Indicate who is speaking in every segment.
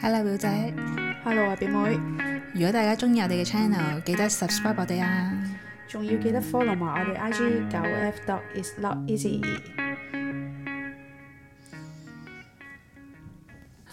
Speaker 1: Hello 表姐，
Speaker 2: Hello 啊，表妹，
Speaker 1: 如果大家中意我哋嘅 channel，記得 subscribe 我哋啊！
Speaker 2: 仲要記得 follow 埋我哋 IG 九 F dot is not easy。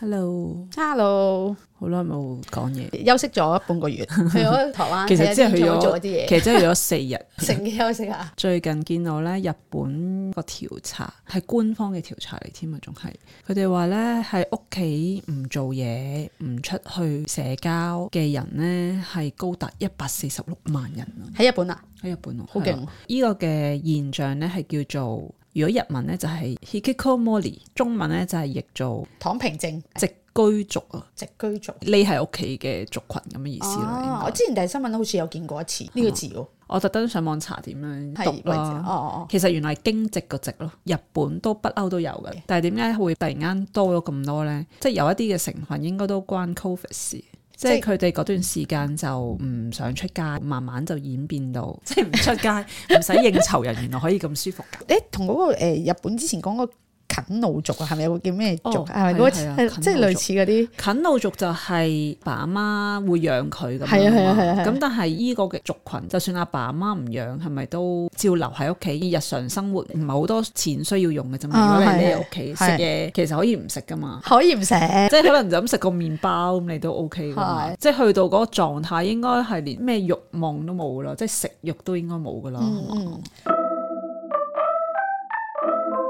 Speaker 3: Hello，
Speaker 2: Hello，
Speaker 3: 好耐冇講嘢，
Speaker 2: 休息咗半個月，去咗台 灣，
Speaker 3: 其實真係去
Speaker 2: 做
Speaker 3: 咗
Speaker 2: 咗啲
Speaker 3: 其實真係去咗四日。
Speaker 2: 嘢，乘機休息啊下。
Speaker 3: 最近見到咧日本個調查係官方嘅調查嚟添啊，仲係佢哋話咧喺屋企唔做嘢、唔出去社交嘅人咧係高達一百四十六萬人啊！
Speaker 2: 喺日本啊，
Speaker 3: 喺日本咯，
Speaker 2: 好
Speaker 3: 係
Speaker 2: 勁
Speaker 3: 啊！呢個嘅現象咧係叫做，如果日文咧就係 hikikomori，中文咧就係譯做
Speaker 2: 躺平症，
Speaker 3: 直居族啊，
Speaker 2: 直居族。
Speaker 3: 匿喺屋企嘅族群咁嘅意思啦。應
Speaker 2: 哦
Speaker 3: 該，
Speaker 2: 我之前睇新聞好似有見過一次呢個字喎，
Speaker 3: 啊我特登上網查點樣
Speaker 2: 係位
Speaker 3: 讀
Speaker 2: 置。哦
Speaker 3: 啦。
Speaker 2: 哦哦，
Speaker 3: 其實原來係經濟個值咯，日本都北歐都有嘅，但係點解會突然間多咗咁多呢？即係有一啲嘅成分應該都關 Covid 事，即係
Speaker 2: 即
Speaker 3: 佢哋嗰段時間就唔想出街，慢慢就演變到即係唔出街，唔使應酬人，原來可以咁舒服㗎。
Speaker 2: 誒同嗰個誒日本之前講個啃老族啊，係咪有個叫咩族？
Speaker 3: 哦
Speaker 2: 係咪
Speaker 3: 係啊
Speaker 2: 嗰個
Speaker 3: 係啊
Speaker 2: 係即係
Speaker 3: 啃老族
Speaker 2: 類似嗰啲？
Speaker 3: 啃老族就係爸阿媽會養佢咁
Speaker 2: 係啊係
Speaker 3: 樣
Speaker 2: 啊
Speaker 3: 啊
Speaker 2: 係啊係啊
Speaker 3: 嘛，咁但係依個嘅族群，就算阿爸阿媽唔養，係咪都照留喺屋企？日常生活唔係好多錢需要用嘅啫嘛。
Speaker 2: 啊
Speaker 3: 如果你
Speaker 2: 係
Speaker 3: 匿
Speaker 2: 係
Speaker 3: 喺屋企食
Speaker 2: 係
Speaker 3: 嘢，其實可以唔食噶嘛。
Speaker 2: 可以唔食，
Speaker 3: 即係可能就咁食個麵包咁，你都 O K 噶嘛
Speaker 2: 係。
Speaker 3: 即係去到嗰個狀態，應該係連咩慾望都冇咯，即係食慾都應該冇噶啦。
Speaker 2: 嗯嗯。嗯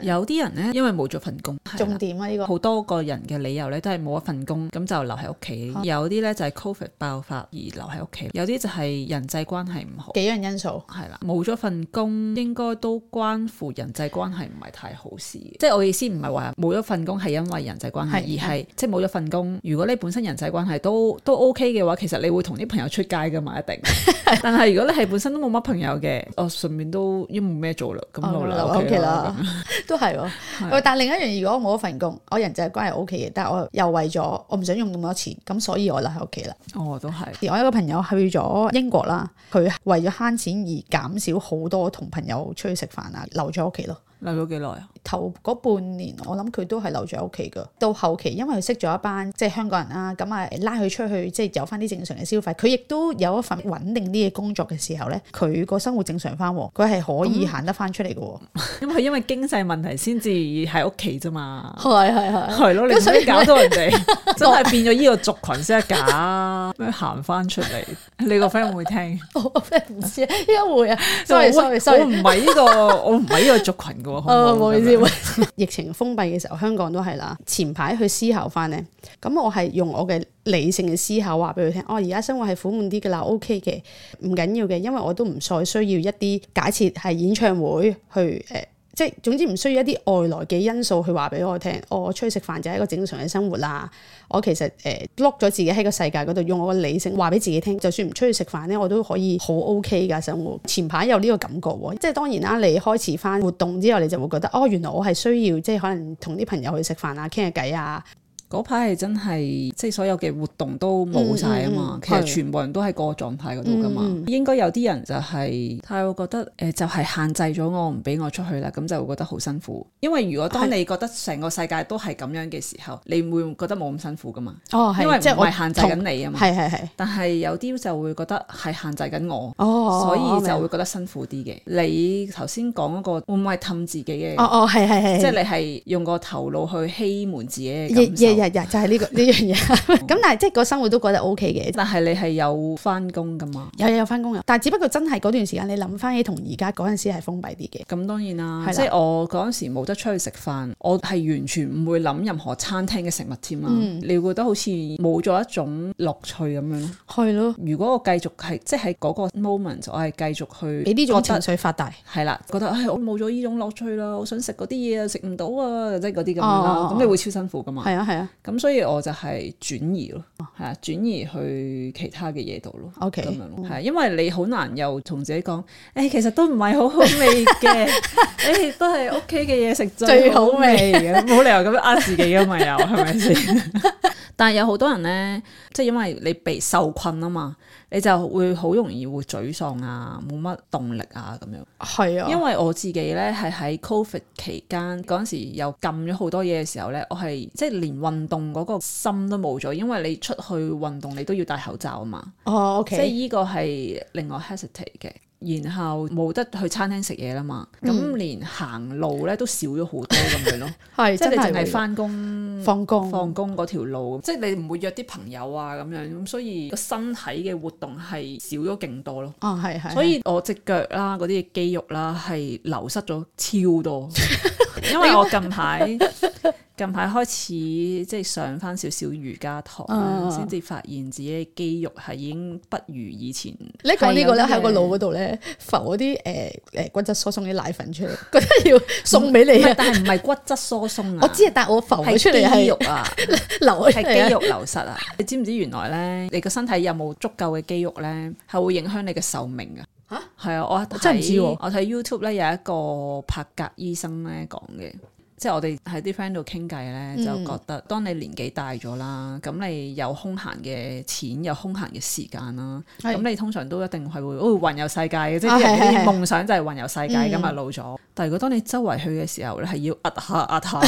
Speaker 3: 有啲人咧，因為冇咗份工，係啦
Speaker 2: 重點啊呢個
Speaker 3: 好多個人嘅理由咧，都係冇一份工，咁就留喺屋企。有啲咧就係 Covid 爆發而留喺屋企，有啲就係人際關係唔好。
Speaker 2: 幾樣因素，
Speaker 3: 係啦，冇咗份工，應該都關乎人際關係唔係太好事嘅。即係我意思唔係話冇咗份工係因為人際關係，
Speaker 2: 係
Speaker 3: 而係即係冇咗份工。如果你本身人際關係都都 OK 嘅話，其實你會同啲朋友出街噶 嘛，一定。但係如果你係本身都冇乜朋友嘅，我順便都因為冇咩做啦，咁
Speaker 2: 哦
Speaker 3: 我留
Speaker 2: 留
Speaker 3: 喺屋企
Speaker 2: 屋企
Speaker 3: 啦
Speaker 2: 啦。 都係喎。喂但另一樣，如果我冇咗份工，我人際關係 O K 嘅，但係我又為咗我唔想用咁多錢，咁所以我留喺屋企啦。
Speaker 3: 咁哦，都係。
Speaker 2: 而我有一個朋友去咗英國啦，佢為咗慳錢而減少好多同朋友出去食飯啊，留咗喺屋企咯。
Speaker 3: 留咗幾耐啊？
Speaker 2: 頭嗰半年，我諗佢都係留咗喺屋企噶。到後期，因為佢識咗一班即係香港人啦，咁啊拉佢出去，即係有翻啲正常嘅消費。佢亦都有一份穩定啲嘅工作嘅時候咧，佢個生活正常翻喎，佢係可以行得翻出嚟嘅喎。
Speaker 3: 因為因為經濟問題先至喺屋企啫嘛。
Speaker 2: 係係係。
Speaker 3: 係咯，你唔
Speaker 2: 哦咁所以
Speaker 3: 可以搞到人哋 真係變咗呢個族群先得 㗎，咩行翻出嚟？你個 friend 會唔會聽？
Speaker 2: 我真係唔知啊，應該會啊。sorry
Speaker 3: 就話
Speaker 2: sorry
Speaker 3: 喂
Speaker 2: sorry，
Speaker 3: 我唔啊係呢個，我唔係呢個族群嘅喎。
Speaker 2: 哦，唔好意思，
Speaker 3: 咁樣
Speaker 2: 唔好意思。 疫情封閉嘅時候，香港都係啦。前排去思考翻咧，咁我係用我嘅理性嘅思考話俾佢聽，哦，而家生活係苦悶啲嘅啦，OK 嘅，唔緊要嘅，因為我都唔再需要一啲假設係演唱會去誒。即係總之唔需要一啲外來嘅因素去話俾我聽，哦我出去食飯就係一個正常嘅生活啦。我其實誒 lock 咗自己喺個世界嗰度，用我嘅理性話俾自己聽，就算唔出去食飯咧，我都可以好 OK 㗎生活。前排有呢個感覺喎，即係當然啦，你開始翻活動之後，你就會覺得哦，原來我係需要即係可能同啲朋友去食飯啊，傾下偈啊，
Speaker 3: 嗰排係真係即係所有嘅活動都冇晒啊嘛
Speaker 2: 嗯嗯嗯，
Speaker 3: 其實
Speaker 2: 係
Speaker 3: 全部人都喺個狀態嗰度㗎
Speaker 2: 嗯
Speaker 3: 嘛。應該有啲人就係太會覺得誒，就係限制咗我唔俾我出去啦，咁就會覺得好辛苦。因為如果當你覺得成個世界都係咁樣嘅時候，你會覺得冇咁辛苦㗎嘛，
Speaker 2: 哦，
Speaker 3: 因為
Speaker 2: 係
Speaker 3: 唔
Speaker 2: 即係我
Speaker 3: 係限制緊你啊
Speaker 2: 同
Speaker 3: 嘛。
Speaker 2: 係係係，
Speaker 3: 但係有啲就會覺得係限制緊我，
Speaker 2: 哦，
Speaker 3: 所以就
Speaker 2: 會
Speaker 3: 會覺得辛苦啲嘅。你頭先講嗰個會唔會係氹自己嘅？
Speaker 2: 哦哦係係係，
Speaker 3: 即係
Speaker 2: 係
Speaker 3: 你係用個頭腦去欺瞞自己嘅
Speaker 2: 日
Speaker 3: 感
Speaker 2: 日
Speaker 3: 受，啊
Speaker 2: 日日就係呢個 呢樣嘢。咁但係即係個生活都覺得 OK 嘅，
Speaker 3: 但係你係有翻工噶嘛？
Speaker 2: 有有有翻工啊，但係只不過真係嗰段時間，你諗翻起同而家嗰陣時係封閉啲嘅。
Speaker 3: 咁當然
Speaker 2: 係
Speaker 3: 啦，
Speaker 2: 啦
Speaker 3: 即係我嗰陣時冇得出去食飯，我係完全唔會諗任何餐廳嘅食物添啦。
Speaker 2: 嗯
Speaker 3: 你會覺得好似冇咗一種樂趣咁樣咯。
Speaker 2: 係咯，
Speaker 3: 如果我繼續係即係喺嗰個 moment，我係繼續去
Speaker 2: 俾呢種
Speaker 3: 覺
Speaker 2: 情
Speaker 3: 得
Speaker 2: 緒發大。
Speaker 3: 係啦，覺得唉，我冇咗呢種樂趣啦，我想食嗰啲嘢啊，食唔到啊，即係嗰啲咁樣
Speaker 2: 哦
Speaker 3: 啦，
Speaker 2: 哦
Speaker 3: 咁、你會超辛苦噶嘛。
Speaker 2: 係啊係啊
Speaker 3: 咁所以我就係轉移咯，係啊，轉移去其他嘅嘢度咯。
Speaker 2: ，OK，
Speaker 3: 咁樣咯，係啊因為你好難又同自己講，誒、其實都唔係好好味嘅， 誒、都係屋企嘅嘢食
Speaker 2: 最
Speaker 3: 最
Speaker 2: 好
Speaker 3: 好味嘅，冇理由咁樣呃自己噶嘛，又係咪先？但係有好多人咧，即係因為你被受困啊嘛，你就會好容易會沮喪啊，冇乜動力啊咁樣。
Speaker 2: 係啊，
Speaker 3: 因為我自己咧係喺 Covid 期間嗰陣時又禁咗好多嘢嘅時候咧，我係即係連運動嗰個心都冇咗，因為你出去運動你都要戴口罩啊嘛，
Speaker 2: 哦
Speaker 3: 即係
Speaker 2: ，OK，
Speaker 3: 依個係令我 hesitate 嘅。然後冇得去餐廳食嘢啦嘛，
Speaker 2: 嗯
Speaker 3: 咁、連行路咧都少咗好多咁樣咯，
Speaker 2: 係
Speaker 3: 即係
Speaker 2: 真
Speaker 3: 你
Speaker 2: 係
Speaker 3: 淨
Speaker 2: 會嗯
Speaker 3: 係翻工
Speaker 2: 放工，
Speaker 3: 放工嗰條路，即係你唔會約啲朋友啊咁樣，咁所以個身體嘅活動係少咗勁多咯。
Speaker 2: 啊係係，
Speaker 3: 所以我只腳啦，嗰啲肌肉啦，係流失咗超 多。因為我近排近排開始即係上翻少少瑜伽堂
Speaker 2: 啊
Speaker 3: 啦，先至發現自己嘅肌肉係已經不如以前。
Speaker 2: 你講呢個咧
Speaker 3: 係有啊
Speaker 2: 喺個腦嗰度咧浮嗰啲誒誒骨質疏鬆啲奶粉出嚟，覺得要送俾你
Speaker 3: 唔係
Speaker 2: 啊！
Speaker 3: 但係唔係骨質疏鬆啊？
Speaker 2: 我知啊，但係我浮
Speaker 3: 係
Speaker 2: 咗出嚟係
Speaker 3: 肌肉
Speaker 2: 流
Speaker 3: 啊，
Speaker 2: 咗出
Speaker 3: 係
Speaker 2: 嚟
Speaker 3: 肌
Speaker 2: 啊
Speaker 3: 肉流失 啊！你知唔知原來咧，你個身體有冇足夠嘅肌肉咧，係會影響你嘅壽命噶？係啊，我睇
Speaker 2: 真係唔知喎
Speaker 3: 我睇 YouTube 咧有一個柏格醫生咧講嘅，即係我哋喺啲 friend 度傾偈咧，
Speaker 2: 嗯
Speaker 3: 就覺得當你年紀大咗啦，咁你有空閒嘅錢，有空閒嘅時間啦，
Speaker 2: 係
Speaker 3: 咁你通常都一定係會哦環遊世界嘅，即
Speaker 2: 啊
Speaker 3: 係啲人
Speaker 2: 係係係嗯
Speaker 3: 啲夢想就係環遊世界噶嘛，老咗。但係如果當你周圍去嘅時候咧，係要壓下壓下。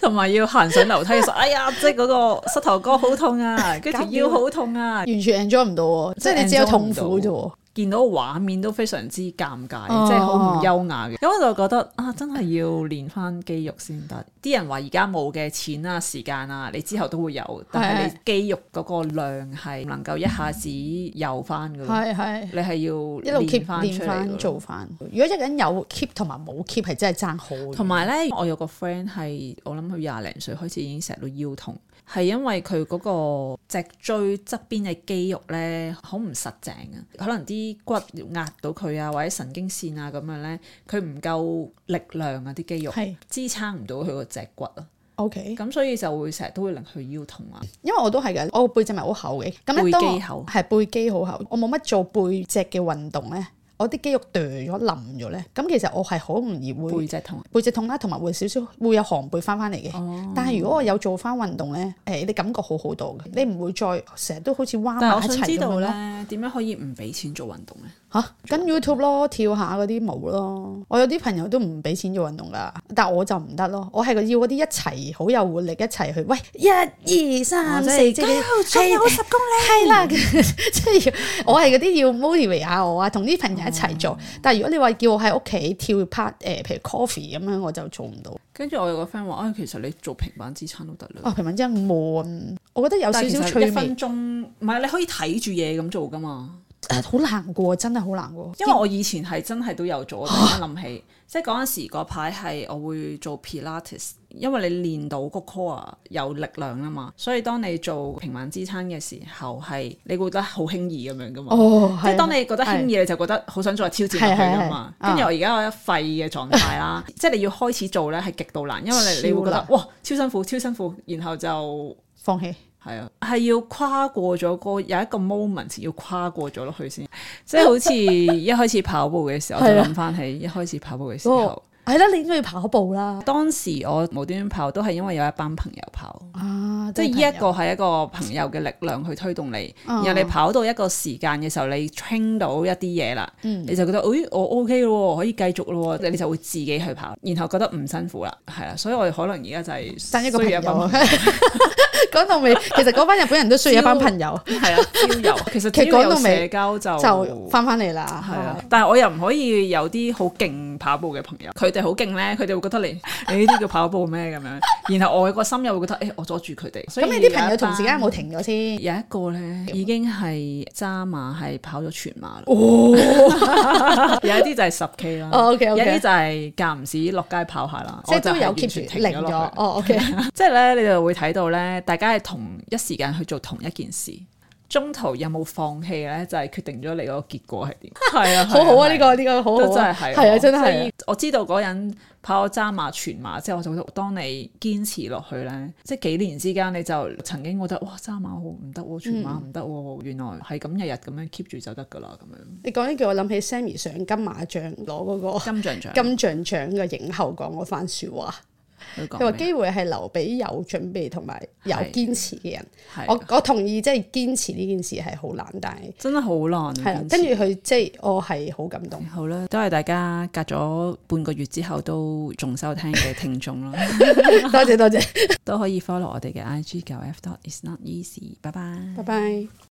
Speaker 3: 同埋要行上樓梯 嘅時候，哎呀，即係嗰個膝頭哥好痛啊，跟住條腰好痛啊，
Speaker 2: 完全 enjoy 唔到喎，即係你只有
Speaker 3: enjoy
Speaker 2: 痛
Speaker 3: 唔到
Speaker 2: 苦啫喎。
Speaker 3: 見到畫面都非常之尷尬，
Speaker 2: 哦
Speaker 3: 即係好唔優雅嘅。咁我就覺得啊，真係要練翻肌肉先得。啲人話而家冇嘅錢啊、時間啊，你之後都會有，但係你肌肉嗰個量係唔能夠一下子有翻嘅咯。
Speaker 2: 係係。
Speaker 3: 你係
Speaker 2: 一
Speaker 3: 要
Speaker 2: 路
Speaker 3: 練
Speaker 2: keep
Speaker 3: 翻出嚟
Speaker 2: 練翻
Speaker 3: 嘅咯
Speaker 2: 做翻。如果一個人有 keep 同埋冇 keep 係真係爭好遠。
Speaker 3: 同埋咧，我有個 friend 係我諗佢廿零歲開始已經成日都腰痛，係因為佢嗰個脊椎側邊嘅肌肉咧好唔實淨啊，可能啲骨壓到佢啊，或者神經線啊咁樣咧，佢唔夠力量啊啲肌肉
Speaker 2: 係
Speaker 3: 支撐唔到佢個脊骨啊，
Speaker 2: OK，
Speaker 3: 咁所以就會成日都會令佢腰痛啊。
Speaker 2: 因為我都係嘅，我個背脊咪好厚嘅。咁咧，
Speaker 3: 背
Speaker 2: 當我
Speaker 3: 肌厚
Speaker 2: 係背肌好厚，我冇乜做背脊嘅運動咧，我啲肌肉剁咗冧咗咧，咁其實我係好容易會
Speaker 3: 背脊痛，
Speaker 2: 背脊痛啦，同埋會少少會有寒背翻翻嚟嘅。
Speaker 3: 哦
Speaker 2: 但係如果我有做翻運動咧，誒、你感覺好好多嘅，你唔會再成日都好似彎
Speaker 3: 但係
Speaker 2: 埋
Speaker 3: 我
Speaker 2: 一
Speaker 3: 想
Speaker 2: 齊
Speaker 3: 知
Speaker 2: 咁樣
Speaker 3: 道咧
Speaker 2: 咯。
Speaker 3: 點樣可以唔俾錢做運動咧？
Speaker 2: 嚇、跟 YouTube 咯，跳下嗰啲舞咯。我有啲朋友都唔俾錢做運動噶，但我就唔得咯。我係個要嗰啲一齊好有活力一齊去，喂，一二三
Speaker 3: 哦即
Speaker 2: 四，
Speaker 3: 係
Speaker 2: 即係係
Speaker 3: 有十公
Speaker 2: 係啦，即係我係嗰啲要 motivate 下我啊，同啲朋友一齊做。
Speaker 3: 嗯
Speaker 2: 但係如果你話叫我喺屋企跳 part 誒、譬如 coffee 咁樣，我就做唔到。
Speaker 3: 跟住我有個 friend 話：，啊，其實你做平板支撐都得啦。
Speaker 2: 啊，平民真係悶，我覺得有
Speaker 3: 嗯但係
Speaker 2: 少
Speaker 3: 其
Speaker 2: 少
Speaker 3: 實
Speaker 2: 趣
Speaker 3: 一
Speaker 2: 味
Speaker 3: 分，鐘唔係你可以睇住嘢咁做噶嘛？
Speaker 2: 啊好難過，真係好難過。
Speaker 3: 因為我以前係真係都有做， 我突然間諗起，即係嗰陣時嗰排係我會做 Pilates，因為你練到個 core 有力量啊嘛，所以當你做平板支撐嘅時候係你會覺得好輕易咁樣噶嘛。
Speaker 2: 哦，
Speaker 3: 即係啊
Speaker 2: 係
Speaker 3: 當你覺得輕易，你就覺得好想再挑戰落去噶嘛。
Speaker 2: 係係係
Speaker 3: 跟住我而家有一肺嘅狀態 啦，即係你要開始做咧係極度難，因為你你會覺
Speaker 2: 超
Speaker 3: 得哇超辛苦超辛苦，然後就
Speaker 2: 放棄。
Speaker 3: 係啊，係要跨過咗個有一個 moment 要跨過咗落去 先，即係好似一開始跑步嘅時候，我就
Speaker 2: 係啊哦
Speaker 3: 諗翻起一開始跑步嘅時
Speaker 2: 嗰
Speaker 3: 候
Speaker 2: 個，係啦，你應該要跑步啦。
Speaker 3: 當時我無端端跑都係因為有一班朋友跑，
Speaker 2: 啊，
Speaker 3: 即係
Speaker 2: 真
Speaker 3: 呢
Speaker 2: 係
Speaker 3: 一個係一個朋友嘅力量去推動你，
Speaker 2: 嗯
Speaker 3: 然後你跑到一個時間嘅時候，你 train 到一啲嘢啦，
Speaker 2: 嗯
Speaker 3: 你就覺得，誒、我 OK 咯，可以繼續咯，你就會自己去跑，然後覺得唔辛苦啦，係啦，所以我可能而家就係
Speaker 2: 生一個朋友
Speaker 3: 需要一班。
Speaker 2: 講到尾，其實嗰班日本人都需要一班朋友，
Speaker 3: 系啊，交友其實
Speaker 2: 其實
Speaker 3: 只要
Speaker 2: 講到
Speaker 3: 有
Speaker 2: 尾
Speaker 3: 社交就
Speaker 2: 就翻翻嚟啦。
Speaker 3: 哦係
Speaker 2: 哦
Speaker 3: 啊，但係我又唔可以有啲好勁跑步嘅朋友，佢哋好勁咧，佢哋會覺得你 你呢啲叫跑步咩咁樣，然後我個心又會覺得誒、我阻住佢哋。所
Speaker 2: 咁
Speaker 3: 以
Speaker 2: 你啲朋友同時
Speaker 3: 時
Speaker 2: 間
Speaker 3: 間
Speaker 2: 有冇停咗先？
Speaker 3: 有一個咧已經係揸馬係跑咗全馬啦， 有一啲就係十 K 啦，
Speaker 2: 哦，OK，OK
Speaker 3: 有一啲就係間唔時落街跑下啦，
Speaker 2: 即係
Speaker 3: 我就
Speaker 2: 都有
Speaker 3: 完
Speaker 2: keep
Speaker 3: 全
Speaker 2: 住
Speaker 3: 停
Speaker 2: 零
Speaker 3: 落
Speaker 2: 咗。
Speaker 3: 去
Speaker 2: 哦，OK，
Speaker 3: 即係咧，你就會睇到咧，大家係同一時間去做同一件事，中途有冇放棄咧，就係、決定咗你嗰個結果係 點。係啊，
Speaker 2: 好好啊！呢
Speaker 3: 個
Speaker 2: 個呢個好
Speaker 3: 都
Speaker 2: 好
Speaker 3: 真
Speaker 2: 啊，
Speaker 3: 係係，
Speaker 2: 係啊，真係
Speaker 3: 所以我知道嗰人跑咗揸馬全馬之後，我就覺得當你堅持落去咧，即係幾年之間，你就曾經覺得哇揸馬好唔得喎，全馬
Speaker 2: 嗯
Speaker 3: 唔得喎，原來係咁日日咁樣 keep 住就得㗎啦，咁樣
Speaker 2: 你講呢句，我諗起 Sammy 上金馬獎攞嗰個
Speaker 3: 金像獎。
Speaker 2: 金像獎嘅影后講嗰番説話，
Speaker 3: 佢
Speaker 2: 佢話
Speaker 3: 講咩
Speaker 2: 機會係留俾有準備同埋有
Speaker 3: 係
Speaker 2: 堅持嘅人。
Speaker 3: 係
Speaker 2: 我我同意，即係堅持呢件事係好難，但係
Speaker 3: 真係好難
Speaker 2: 係啦
Speaker 3: 啊。，
Speaker 2: 跟住佢即係我係好感 動。
Speaker 3: 好啦，都係大家隔咗半個月之後都仲收聽嘅聽眾啦，
Speaker 2: 多謝多謝，
Speaker 3: 都可以 follow 我哋嘅 IG 九 F dot is not easy。拜拜。
Speaker 2: 拜拜。